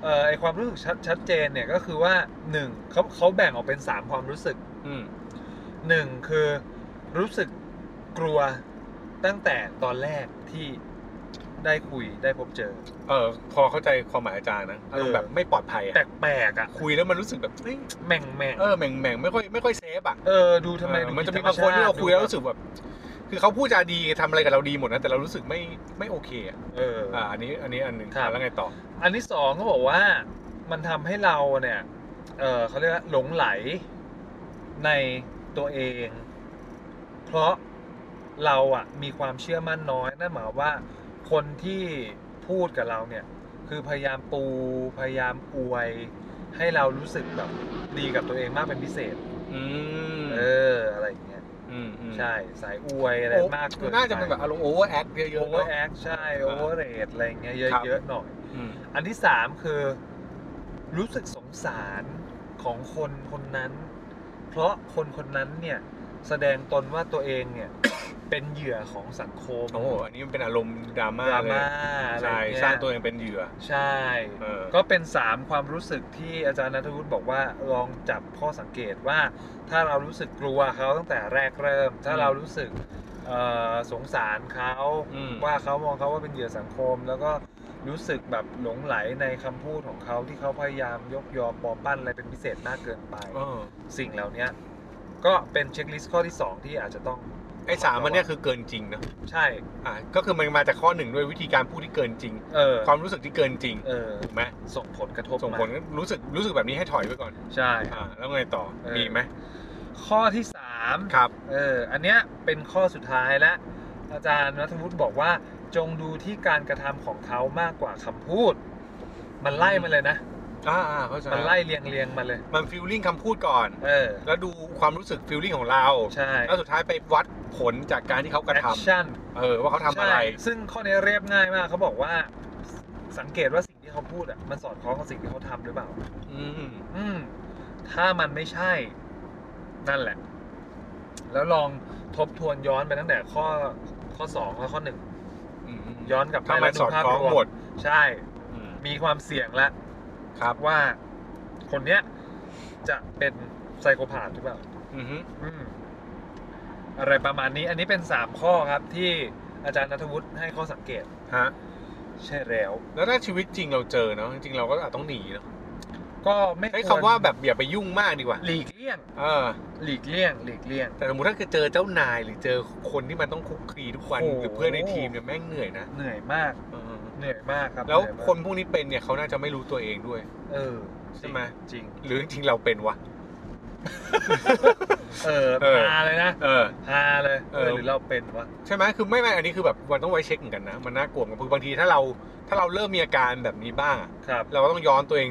Speaker 3: เอ่อไอความรู้สึกชัดชัดเจนเนี่ยก็คือว่าหนึ่งเขาเขาแบ่งออกเป็นสามความรู้สึก
Speaker 2: อืม
Speaker 3: หนึ่งคือรู้สึกกลัวตั้งแต่ตอนแรกที่ได้คุยได้พบเจอ
Speaker 2: เออพอเข้าใจความหมายอาจารย์นะอารมณ์แบบไม่ปลอดภัยอะ
Speaker 3: แปลกๆอ่ะ
Speaker 2: คุยแล้วมันรู้สึกแบบเอ้ย
Speaker 3: แม่งแม่งๆ
Speaker 2: เออแหม่งแหม่งไม่ค่อยไม่ค่อยเซฟ ฟอ่ะ
Speaker 3: เออดูทำไม
Speaker 2: เอ
Speaker 3: ดู
Speaker 2: อมันจะมี
Speaker 3: ธร
Speaker 2: บาง
Speaker 3: ร
Speaker 2: คนที่เรา
Speaker 3: ชติ
Speaker 2: คุยแล้วรู้สึกแบบ คือเขาพูดจาดีทำอะไรกับเราดีหมดนะแต่เรารู้สึกไม่ไม่โอเคอ่ะ
Speaker 3: เออ
Speaker 2: อ่าอันนี้อันนี้อันหนึ่ง
Speaker 3: ครับ
Speaker 2: แล้วไงต่อ
Speaker 3: อันที่สองเขาบอกว่ามันทำให้เราเนี่ยเออเขาเรียกว่าหลงไหลในตัวเอง เพราะเราอะมีความเชื่อมั่นน้อยนั่นหมายความว่าคนที่พูดกับเราเนี่ย คือพยายามปูพยายามอวย ให้เรารู้สึกแบบดีกับตัวเองมากเป็นพิเศษ
Speaker 2: อืม
Speaker 3: เอออะไรอย่างเงี้ย
Speaker 2: อืมอืม
Speaker 3: ใช่สายอวยอะไร
Speaker 2: โอ้
Speaker 3: มากเกิน
Speaker 2: น่าจะเป็นแบบอารมณ์โอเวอร์แอคเยอะๆ
Speaker 3: โอเวอ
Speaker 2: เนาะ
Speaker 3: ร์แอคใช่โอเวอร์เรทอะไรอย่างเงี้ย
Speaker 2: ครับ
Speaker 3: เยอะๆหน่อย
Speaker 2: อืม
Speaker 3: อันที่สามคือรู้สึกสงสารของคนคนนั้น เพราะคนคนนั้นเนี่ยแสดงตนว่าตัวเองเนี่ย เป็นเหยื่อของสังคม
Speaker 2: โอ้โหอันนี้มันเป็นอารมณ์ดราม่า
Speaker 3: ดรา
Speaker 2: เลย
Speaker 3: ม่าอะไร
Speaker 2: ใช่
Speaker 3: เย
Speaker 2: สร้างตัวเองเป็นเหยื่อ
Speaker 3: ใช่
Speaker 2: เออ
Speaker 3: ก็เป็นสามความรู้สึกที่อาจารย์นัทวุฒิบอกว่าลองจับข้อสังเกตว่า ถ้าเรารู้สึกกลัวเขาตั้งแต่แรกเริ่ม ถ้า
Speaker 2: อืม
Speaker 3: เรารู้สึกเอ่อสงสารเขา
Speaker 2: อืม
Speaker 3: ว่าเขามองเขาว่าเป็นเหยื่อสังคม แล้วก็รู้สึกแบบหลงไหลในคำพูดของเขาที่เขาพยายามยกยอปอมปั้นอะไรเป็นพิเศษมากเกินไป
Speaker 2: เออ
Speaker 3: สิ่งเหล่านี้ก็เป็นเช็คลิสต์ข้อที่ 2 ที่อาจจะต้อง
Speaker 2: ไอ้สามอันเนี้ยคือเกินจริงเนอะ
Speaker 3: ใช่
Speaker 2: อ่าก็คือมันมาจากข้อหนึ่งด้วยวิธีการพูดที่เกินจริง
Speaker 3: เออ
Speaker 2: ความรู้สึกที่เกินจริง
Speaker 3: เออ
Speaker 2: ถูกไหม
Speaker 3: ส่งผลกระทบ
Speaker 2: ส่งผล
Speaker 3: มา
Speaker 2: รู้สึกรู้สึกแบบนี้ให้ถอยไว้ก่อน
Speaker 3: ใช่
Speaker 2: อ่า แล้วไงต่อ
Speaker 3: เออ
Speaker 2: มีไหม
Speaker 3: ข้อที่สาม
Speaker 2: ครับ
Speaker 3: เออ อันเนี้ยเป็นข้อสุดท้ายและ อาจารย์นัทวุฒิบอกว่าจงดูที่การกระทำของเขามากกว่าคำพูด มันไล่มาเลยนะ
Speaker 2: อ่าอ่าเข้าใจ
Speaker 3: มันไล่เรียงเรียงๆมาเลย
Speaker 2: มันฟีลลิ่งคำพูดก่อน
Speaker 3: เออ
Speaker 2: แล้วดูความรู้สึกฟีลลิ่งของเรา
Speaker 3: ใช่
Speaker 2: แล้วสุดท้ายไปวัดผลจากการที่เขากระ
Speaker 3: แอค
Speaker 2: ทำ
Speaker 3: ชั่น
Speaker 2: เออ ว่าเขาทำอะไร
Speaker 3: ซึ่งข้อนี้เรียบง่ายมากเขาบอกว่า สังเกตว่าสิ่งที่เขาพูดอ่ะมันสอดคล้องกับสิ่งที่เขาทำหรือเปล่า
Speaker 2: อืม
Speaker 3: อืม ถ้ามันไม่ใช่ นั่นแหละ แล้วลองทบทวนย้อนไปตั้งแต่ข้อข้อสองและข้อหนึ่ง
Speaker 2: อืม
Speaker 3: ย้อนกลับไป
Speaker 2: ถ้ามัน
Speaker 3: แล้ว
Speaker 2: สอด
Speaker 3: ภาพ
Speaker 2: คล้อง
Speaker 3: รว
Speaker 2: หมด
Speaker 3: ใช่
Speaker 2: อืม
Speaker 3: มีความเสี่ยงแล้ว
Speaker 2: ครับ
Speaker 3: ว่าคนเนี้ยจะเป็นไซโคพาธหรือเปล่า
Speaker 2: อือฮึ
Speaker 3: อืมอะไรประมาณนี้ อันนี้เป็น 3 ข้อครับที่อาจารย์นัทวุฒิให้ข้อสังเกต
Speaker 2: ฮะ
Speaker 3: ใช่แล้ว
Speaker 2: แล้วถ้าชีวิตจริงเราเจอเนาะ จริงๆเราก็อาจต้องหนีเนาะ
Speaker 3: ก็ไม่
Speaker 2: ใช้
Speaker 3: ร
Speaker 2: คำว่าแบบอย่าไปยุ่งมากดีกว่า
Speaker 3: หลีกเลี่ยง
Speaker 2: เออ
Speaker 3: หลีกเลี่ยง หลีกเลี่ยง
Speaker 2: แต่สมมติถ้าเกิดเจอเจ้านายหรือเจอคนที่มันต้องคุกคลีทุกวัน
Speaker 3: โอ้โห
Speaker 2: หรือเพื่อนในทีมเนี่ยแม่งเหนื่อยนะ
Speaker 3: เหนื่อยมาก
Speaker 2: เออ
Speaker 3: เหนื่อยมากครับ
Speaker 2: แล้ว
Speaker 3: เหอยมาก
Speaker 2: คนพวกนี้เป็นเนี่ยเขาน่าจะไม่รู้ตัวเองด้วย
Speaker 3: เออ
Speaker 2: ใช่ไหม
Speaker 3: จริง
Speaker 2: หรือจริงๆเราเป็นวะ
Speaker 3: เออ
Speaker 2: เออ
Speaker 3: ฮาเลยนะ
Speaker 2: เออ
Speaker 3: ฮาเลย
Speaker 2: เอ
Speaker 3: เอ
Speaker 2: อ
Speaker 3: อหรือเราเป็นวะ
Speaker 2: ใช่ไหมคือไม่ไม่อันนี้คือแบบมันต้องไว้เช็คเหมือนกันนะมันน่ากลัวเหมือนกันคือบางทีถ้าเราถ้าเราเริ่มมีอาการแบบนี้บ้างอะ
Speaker 3: ครับ
Speaker 2: เราก็ต้องย้อนตัวเอง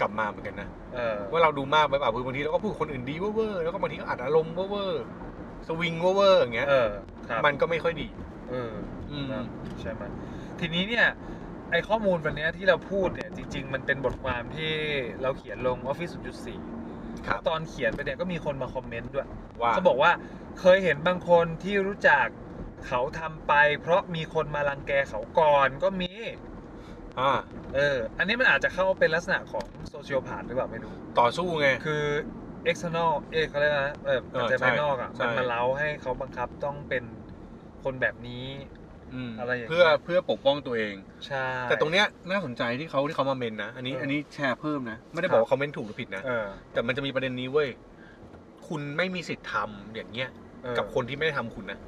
Speaker 2: กลับมาเหมือนกันนะ
Speaker 3: เออ
Speaker 2: ว่าเราดูมากไปเปล่าคือบางทีเราก็พูดกับคนอื่นดีเว่อร์ๆแล้วก็บางทีก็อัดอารมณ์เว่อร์ๆสวิงเว่อร์ๆอย่างเงี้ย
Speaker 3: เออครับ
Speaker 2: มันก็ไม่ค่อยดี
Speaker 3: เออ
Speaker 2: อืม
Speaker 3: ใช่ไหมทีนี้เนี่ยไอข้อมูลวันเนี้ยที่เราพูดเนี่ยจริง ๆ มันเป็นบทความที่เราเขียนลง Office 0.4
Speaker 2: ครับ
Speaker 3: ตอนเขียนไปเนี่ยก็มีคนมาคอมเมนต์ด้วย
Speaker 2: ว่า
Speaker 3: เขาบอกว่าเคยเห็นบางคนที่รู้จักเขาทำไป เพราะมีคนมารังแกเขาก่อนก็มี
Speaker 2: อ่า
Speaker 3: เอออันนี้มันอาจจะเข้าเป็นลักษณะของโซเชียลพาธหรือเปล่าไม่รู้
Speaker 2: ต่อสู้ไง
Speaker 3: คือ external เอยเขาเรียกว่าเออปัจจัยภายนอกอ่ะ
Speaker 2: ใช่
Speaker 3: มัน
Speaker 2: ใช่
Speaker 3: มาเล้าให้เขาบังคับต้องเป็นคนแบบนี้
Speaker 2: ม
Speaker 3: อะไรอย่างเงี้ย
Speaker 2: เพื่อเพื่อปกป้องตัวเอง
Speaker 3: ใช่
Speaker 2: แต่ตรงเนี้ยน่าสนใจที่เขาที่เขามาเมนนะ อันนี้
Speaker 3: เอออั
Speaker 2: อันนี้แชร์เพิ่มนะ ไม่ได้
Speaker 3: ครับ บ
Speaker 2: อกว่าเขาเมนถูกหรือผิดนะ
Speaker 3: เออ
Speaker 2: แต่มันจะมีประเด็นนี้เว้ย คุณไม่มีสิทธิ์ทำอย่างเงี้ย
Speaker 3: เออ
Speaker 2: กับคนที่ไม่ได้ทำคุณนะ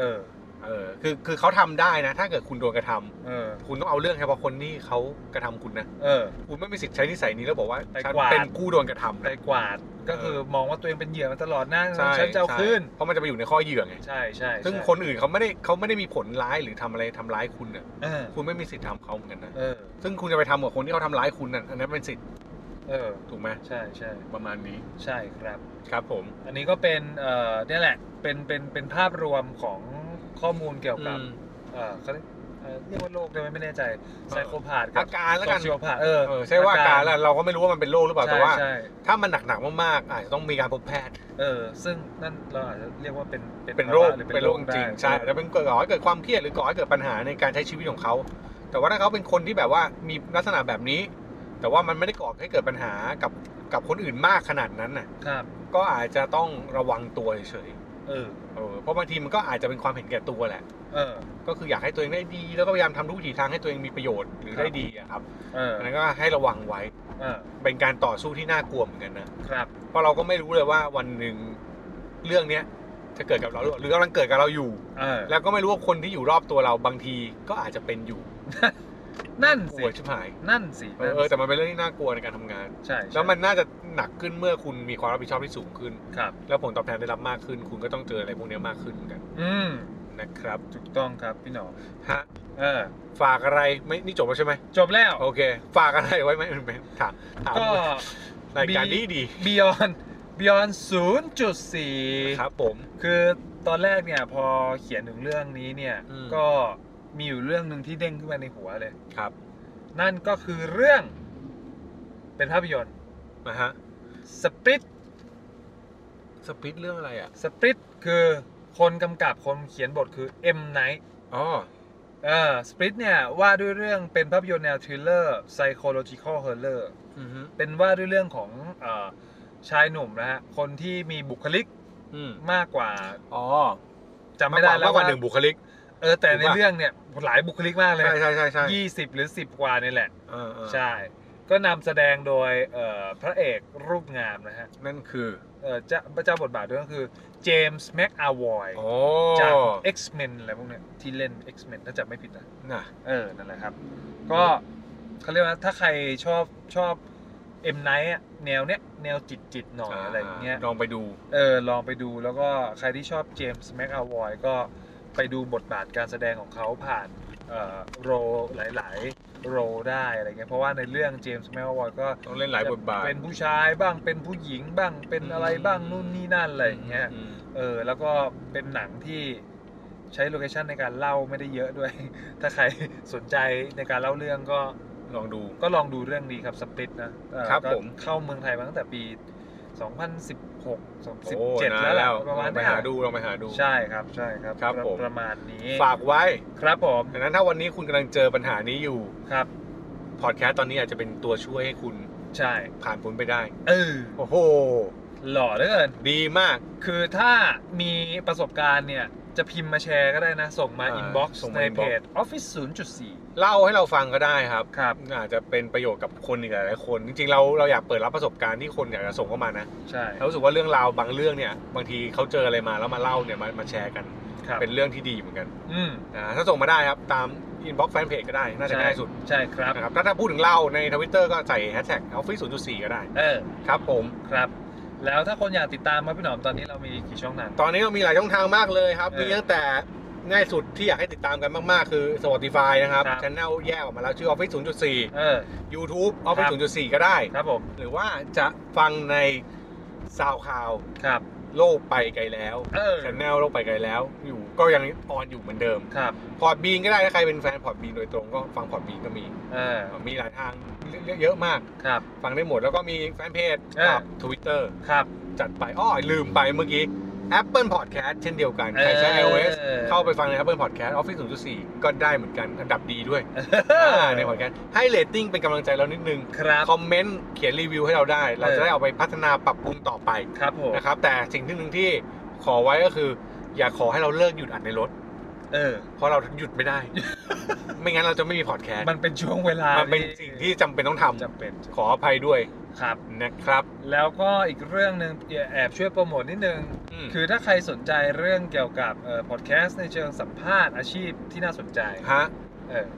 Speaker 3: เออ
Speaker 2: เออ คือคือเขาทำได้นะ ถ้าเกิดคุณโดนกระทำ
Speaker 3: เออ
Speaker 2: คุณต้องเอาเรื่องเฉพาะคนที่เขากระทำคุณนะ
Speaker 3: เออ
Speaker 2: คุณไม่มีสิทธิ์ใช้นิสัยนี้แล้วบอกว่า
Speaker 3: ไป
Speaker 2: ฉัน
Speaker 3: กวาด
Speaker 2: เป็นผู้โดนกระทำ
Speaker 3: ไป
Speaker 2: นะ
Speaker 3: กวาดก็คือมองว่าตัวเองเป็นเหยื่อมาตลอดหน้าฉันจะเอา
Speaker 2: ใช่
Speaker 3: ขึ้น
Speaker 2: เพราะมันจะไปอยู่ในข้อเหยื่อไง
Speaker 3: ใช่ใช่ใช่
Speaker 2: ซึ่งคนอื่นเขาไม่ได้เขาไม่ได้มีผลร้ายหรือทำอะไรทำร้ายคุณเนี่ย
Speaker 3: เออ
Speaker 2: คุณไม่มีสิทธิ์ทำเขาเหมือนกันนะ
Speaker 3: เออ
Speaker 2: ซึ่งคุณจะไปทำกับคนที่เขาทำร้ายคุณน่ะอันนั้นเป็นสิทธิ์
Speaker 3: เออ
Speaker 2: ถูกไหม
Speaker 3: ใช่ใช่
Speaker 2: ประมาณนี้
Speaker 3: ใช่ครับ
Speaker 2: ครับผม
Speaker 3: อันนี้ก็เป็นเอ่อเนี่ยแหละเป็นเป็นเป็นภาพรวมของข้อมูลเกี่ยวกับเอ่อเขาเรียกเอ่อเรียกว่าโรคได้ไหมไม่แน่ใจไซโคพาธกั
Speaker 2: อาการแล้วกัน
Speaker 3: โซเชียลพาธเออ
Speaker 2: เออใช่ว่าอาการแล้วเราก็ไม่รู้ว่ามันเป็นโรคหรือเปล่าแต่
Speaker 3: ใช่
Speaker 2: ว่า
Speaker 3: ใช่
Speaker 2: ถ้ามันหนักๆมากๆอาจจะต้องมีการพบแพทย์
Speaker 3: เออ ซึ่งนั่นเราอาจจะเรียกว่าเป็น
Speaker 2: เป็นโรค
Speaker 3: ภาวะหอ
Speaker 2: เป็นโรคจริง
Speaker 3: ได้
Speaker 2: ๆใช่อาจจะเป็นก่อให้เกิดความเครียดหรือก่อให้เกิดปัญหาในการใช้ชีวิตของเขา แต่ว่าถ้าเขาเป็นคนที่แบบว่ามีลักษณะแบบนี้ แต่ว่ามันไม่ได้ก่อให้เกิดปัญหากับกับคนอื่นมากขนาดนั้นน่ะ
Speaker 3: ครับ
Speaker 2: ก็อาจจะต้องระวังตัวเฉย
Speaker 3: เออ
Speaker 2: ๆเออเพราะบางทีมันก็อาจจะเป็นความเห็นแก่ตัวแหละ
Speaker 3: เออ
Speaker 2: ก็คืออยากให้ตัวเองได้ดีแล้วก็พยายามทำทุกวิถีทางให้ตัวเองมีประโยชน์หรือได้ดีอะครับ
Speaker 3: เออ
Speaker 2: อันนั้นก็ให้ระวังไว้
Speaker 3: เออ
Speaker 2: เป็นการต่อสู้ที่น่ากลัวเหมือนกันนะ
Speaker 3: ครับ
Speaker 2: เพราะเราก็ไม่รู้เลยว่าวันหนึ่ง เรื่องเนี้ยจะเกิดกับเราหรือหรือกำลังเกิดกับเราอยู่
Speaker 3: เออ
Speaker 2: แล้วก็ไม่รู้ว่าคนที่อยู่รอบตัวเราบางทีก็อาจจะเป็นอยู่
Speaker 3: นั่น
Speaker 2: ก
Speaker 3: สิ
Speaker 2: ลัวชิบหาย
Speaker 3: นั่นสิ
Speaker 2: เออเออแต่มันเป็นเรื่องที่น่ากลัวในการทำงาน
Speaker 3: ใช่ใช่
Speaker 2: แล้วมันน่าจะหนักขึ้นเมื่อคุณมีความรับผิดชอบที่สูงขึ้น
Speaker 3: ครับ
Speaker 2: แล้วผลตอบแทนได้รับมากขึ้น คุณก็ต้องเจออะไรพวกเนี้ยมากขึ้นเหมือนกัน
Speaker 3: อืม
Speaker 2: นะครับ
Speaker 3: ถูกต้องครับพี่หนอ
Speaker 2: ฮะ
Speaker 3: เออ
Speaker 2: ฝากอะไรไม่นี่จบแล้วใช่ไหม
Speaker 3: จบแล้ว
Speaker 2: โอเค ฝากอะไรไว้ไหมไม่ถามถาม
Speaker 3: ก็
Speaker 2: รายการดีดี
Speaker 3: Beyond Beyond 0.4
Speaker 2: ครับผม
Speaker 3: คือตอนแรกเนี่ยพอเขียนถึงเรื่องนี้เนี่ย
Speaker 2: อืม
Speaker 3: ก็มีอยู่เรื่องหนึ่งที่เด้งขึ้นมาในหัวเลย
Speaker 2: ครับ
Speaker 3: นั่นก็คือเรื่องเป็นภาพยนตร์
Speaker 2: นะฮะ
Speaker 3: สปริต
Speaker 2: สปิดเรื่องอะไรอ่ะ
Speaker 3: สปริตคือคนกำกับคนเขียนบทคือ M Night
Speaker 2: อ๋อ
Speaker 3: เออสปริตเนี่ยว่าด้วยเรื่องเป็นภาพยนตร์แนวทริลเลอร์ psychological horror
Speaker 2: อือฮึ
Speaker 3: เป็นว่าด้วยเรื่องของเออชายหนุ่มนะฮะ คนที่มีบุคลิก
Speaker 2: อืม
Speaker 3: มากกว่า
Speaker 2: อ๋อ
Speaker 3: จำไม่ได้แล้
Speaker 2: มาก
Speaker 3: ว
Speaker 2: กว่าหนึ่งบุคลิก
Speaker 3: เออแต่ใน
Speaker 2: ถูกปะ
Speaker 3: เรื่องเนี่ยหลายบุคลิกมากเลย
Speaker 2: ใช่ใช่ใช่ใช่
Speaker 3: ยี่สิบหรือสิบกว่านี่แหละ
Speaker 2: เออเออ
Speaker 3: ใช่ ก็นำแสดงโดยเอ่อพระเอกรูปงามนะฮะ
Speaker 2: นั่นคือ
Speaker 3: เอ่อเจ้าเจ้าบทบาทด้วยก็คือเจมส์แม็กอาวอย
Speaker 2: โอ้
Speaker 3: จาก X-Men อะไรพวกเนี้ยที่เล่น X-Men ถ้าจำไม่ผิดนะ
Speaker 2: น่ะ
Speaker 3: เออ นั่นแหละครับ ก็เขาเรียกว่าถ้าใครชอบชอบเอ็มไนท์แนวเนี้ย แนวจิตจิตๆหน่อยอะไรอย่างเงี้ย
Speaker 2: ลองไปดู
Speaker 3: เออลองไปดูแล้วก็ใครที่ชอบเจมส์แม็กอาวอยก็ไปดูบทบาทการแสดงของเขาผ่าน เอ่อโรหลาย ๆ โรได้อะไรเงี้ยเพราะว่าในเรื่องเจมส์แมววอยก็
Speaker 2: ต้องเล่นหลายบทบาท
Speaker 3: เป็นผู้ชายบ้างเป็นผู้หญิงบ้างเป็นอะไรบ้าง
Speaker 2: อืม
Speaker 3: นู่นนี่นั่นอะไรอย่างเงี้ย
Speaker 2: อืม
Speaker 3: เออแล้วก็เป็นหนังที่ใช้โลเคชันในการเล่าไม่ได้เยอะด้วย ถ้าใครสนใจในการเล่าเรื่องก็
Speaker 2: ลองดู
Speaker 3: ก็ลองดูเรื่องนี้ครับสปิตนะเอ่อ
Speaker 2: ครับ
Speaker 3: ก็
Speaker 2: ผม
Speaker 3: เข้าเมืองไทยมาตั้งแต่ปี 2016
Speaker 2: โอ้
Speaker 3: 2017
Speaker 2: นาน
Speaker 3: แล้วล่ะ
Speaker 2: แล้ว
Speaker 3: ประมาณ
Speaker 2: ลองไป
Speaker 3: เนี้ย
Speaker 2: หาดูลองไปหาดู
Speaker 3: ใช่ครับใช่ครับ
Speaker 2: ครับผม
Speaker 3: ประมาณนี้
Speaker 2: ฝากไว้
Speaker 3: ครับผม
Speaker 2: ดังนั้นถ้าวันนี้คุณกำลังเจอปัญหานี้อยู่
Speaker 3: ครับ
Speaker 2: พอดแคสต์ตอนนี้อาจจะเป็นตัวช่วยให้คุณ
Speaker 3: ใช่
Speaker 2: ผ่านพ้นไปได้
Speaker 3: เออ
Speaker 2: โอ้โห
Speaker 3: หล่อเหลือเกิน
Speaker 2: ดีมาก
Speaker 3: คือถ้ามีประสบการณ์เนี่ย จะพิมพ์มาแชร์ก็ได้นะ ส่งมา
Speaker 2: อ่า
Speaker 3: Inbox
Speaker 2: ส่งมา
Speaker 3: ใน
Speaker 2: inbox
Speaker 3: เพจ Office 0.4
Speaker 2: เล่าให้เราฟังก็ได้ครับ
Speaker 3: ครับ
Speaker 2: อาจจะเป็นประโยชน์กับคนอีกหลายๆคน จริงๆ เราเราอยากเปิดรับประสบการณ์ที่คนอยากจะส่งเข้ามานะ
Speaker 3: ใช่
Speaker 2: เรารู้สึกว่าเรื่องราวบางเรื่องเนี่ย บางทีเขาเจออะไรมาแล้วมาเล่าเนี่ยมามาแชร์กัน
Speaker 3: ครับ
Speaker 2: เป็นเรื่องที่ดีเหมือนกัน
Speaker 3: อืม
Speaker 2: อ่าถ้าส่งมาได้ครับ ตามอินบ็อกซ์แฟนเพจก็ได้ น่าจะง่ายสุด
Speaker 3: ใช่ครับ
Speaker 2: นะครับถ้าถ้าพูดถึงเล่าในทวิตเตอร์ก็ใส่แฮชแท็กออฟฟิศ0.4 ก็ได้
Speaker 3: เออ
Speaker 2: ครับผม
Speaker 3: ครับ แล้วถ้าคนอยากติดตามมาพี่หนอมตอนนี้เรามีกี่ช่องทาง
Speaker 2: ตอนนี้เรามีหลายช่องทางมากเลยครับ
Speaker 3: เออ
Speaker 2: มีตั้งแต่ง่ายสุดที่อยากให้ติดตามกันมากๆ คือ Spotify นะครับ
Speaker 3: ครับ
Speaker 2: ช anel แยกออกมาแล้วชื่อ Office
Speaker 3: เออ
Speaker 2: 0.4 YouTube
Speaker 3: ครั
Speaker 2: Office
Speaker 3: บ
Speaker 2: 0.4 ก็ได้
Speaker 3: ครับผม
Speaker 2: หรือว่าจะฟังในซาวค o าว
Speaker 3: ครับ
Speaker 2: โลกไปไกลแล้ว
Speaker 3: เออ
Speaker 2: ช anel โลกไปไกลแล้ว อยู่ก็ยังออนอยู่เหมือนเดิม
Speaker 3: ครับ
Speaker 2: พอดบีนก็ได้ถ้าใครเป็นแฟนพอดบีนโดยตรงก็ฟังพอดบีนก็มี
Speaker 3: เออ
Speaker 2: มีหลายทางเลือกเยอะมาก
Speaker 3: ครับ
Speaker 2: ฟังได้หมดแล้วก็มีแฟนเพจ
Speaker 3: เออ
Speaker 2: กับ Twitter
Speaker 3: ครับ
Speaker 2: จัดไปอ้อลืมไปเมื่อกี้ Apple Podcast เช่นเดียวกัน ใครใช้
Speaker 3: เออ
Speaker 2: iOS เข้าไปฟังใน Apple Podcast Office 0.4 ก็ได้เหมือนกัน อันดับดีด้วยาใน Podcast ให้เรตติ้งเป็นกำลังใจเรานิดนึง
Speaker 3: ครับ
Speaker 2: คอมเมนต์เขียนรีวิวให้เราได้ เราจะได้เอาไปพัฒนาปรับปรุงต่อไป
Speaker 3: ครับผม
Speaker 2: นะครับ แต่สิ่งที่หนึ่งที่ขอไว้ก็คือ อย่าขอให้เราเลิกหยุดอัดในรถ
Speaker 3: เออ
Speaker 2: เพราะเราหยุด ไม่ได้ ไม่งั้นเราจะไม่มีพอดแคสต์
Speaker 3: มันเป็นช่วงเวลา
Speaker 2: มั
Speaker 3: มัน
Speaker 2: เป็นสิ่งที่จำเป็นต้องทำ
Speaker 3: จำเป็น
Speaker 2: ขออภัยด้วย
Speaker 3: ครับ
Speaker 2: นะครับ
Speaker 3: แล้วก็อีกเรื่องหนึ่งแอบช่วยโปรโมทนิดนึง
Speaker 2: ม
Speaker 3: คือถ้าใครสนใจเรื่องเกี่ยวกับพอดแคสต์ในเชิงสัมภาษณ์อาชีพที่น่าสนใจ
Speaker 2: ฮะ
Speaker 3: เออ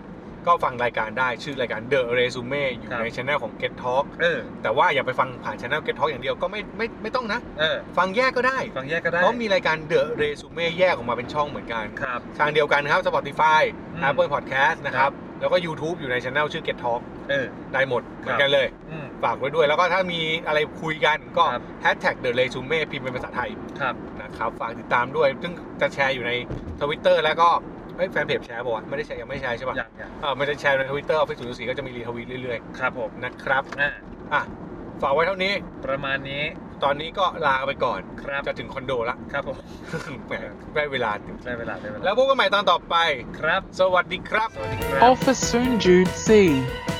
Speaker 2: ก็ฟังรายการได้ชื่อรายการ The Resume อยู่
Speaker 3: ครับ
Speaker 2: ในช anel ของ Get Talk
Speaker 3: เออ
Speaker 2: แต่ว่าอย่าไปฟังผ่าน channel Get Talk อย่างเดียวก็ไม่ไม่ไม่ต้องนะ
Speaker 3: เออ
Speaker 2: ฟังแยกก็ได้
Speaker 3: ฟังแยกก็ได้
Speaker 2: เพราะมีรายการ The Resume แยกออกมาเป็นช่องเหมือนกัน
Speaker 3: ครับ
Speaker 2: ทางเดียวกันครับ Spotify
Speaker 3: อืม
Speaker 2: Apple Podcast นะครับ แล้วก็ YouTube อยู่ในช anel ชื่อ Get Talk
Speaker 3: เออ
Speaker 2: ได้หมดเหมือน
Speaker 3: ครับ
Speaker 2: กันเลย
Speaker 3: อืม
Speaker 2: ฝากไว้ด้วย แล้วก็ถ้ามีอะไรคุยกันก็
Speaker 3: ครับ
Speaker 2: Hashtag The Resume พิมพ์เป็นภาษาไทย
Speaker 3: ครับ
Speaker 2: นะครับ ฝากติดตามด้วย ซึ่งจะแชร์อยู่ใน Twitter แล้วก็เฮ้ยแฟนเพจแชร์ป่าวะไม่ได้แชร์ยังไม่แชร์ใช่ปะ
Speaker 3: อย่างอย่าง
Speaker 2: เออมันจะแชร์ในทวิตเตอร์ออฟฟิศศูนย์สีก็จะมีรีทวีตเรื่อยๆ
Speaker 3: ครับผม
Speaker 2: นะครับ
Speaker 3: อ่ะ
Speaker 2: อ่ะ ฝากไว้เท่านี้
Speaker 3: ประมาณนี้
Speaker 2: ตอนนี้ก็ลาไปก่อน
Speaker 3: ครับ
Speaker 2: จะถึงคอนโดละ
Speaker 3: ครับผม
Speaker 2: แหมได้เวลาจริง
Speaker 3: ได้เวลาได้เวลา
Speaker 2: แล้วพบกันใหม่ตอนต่อไป
Speaker 3: ครับ
Speaker 2: สวัสดีครับ
Speaker 3: สวัสดีครับ
Speaker 1: Officer Soon Jude C.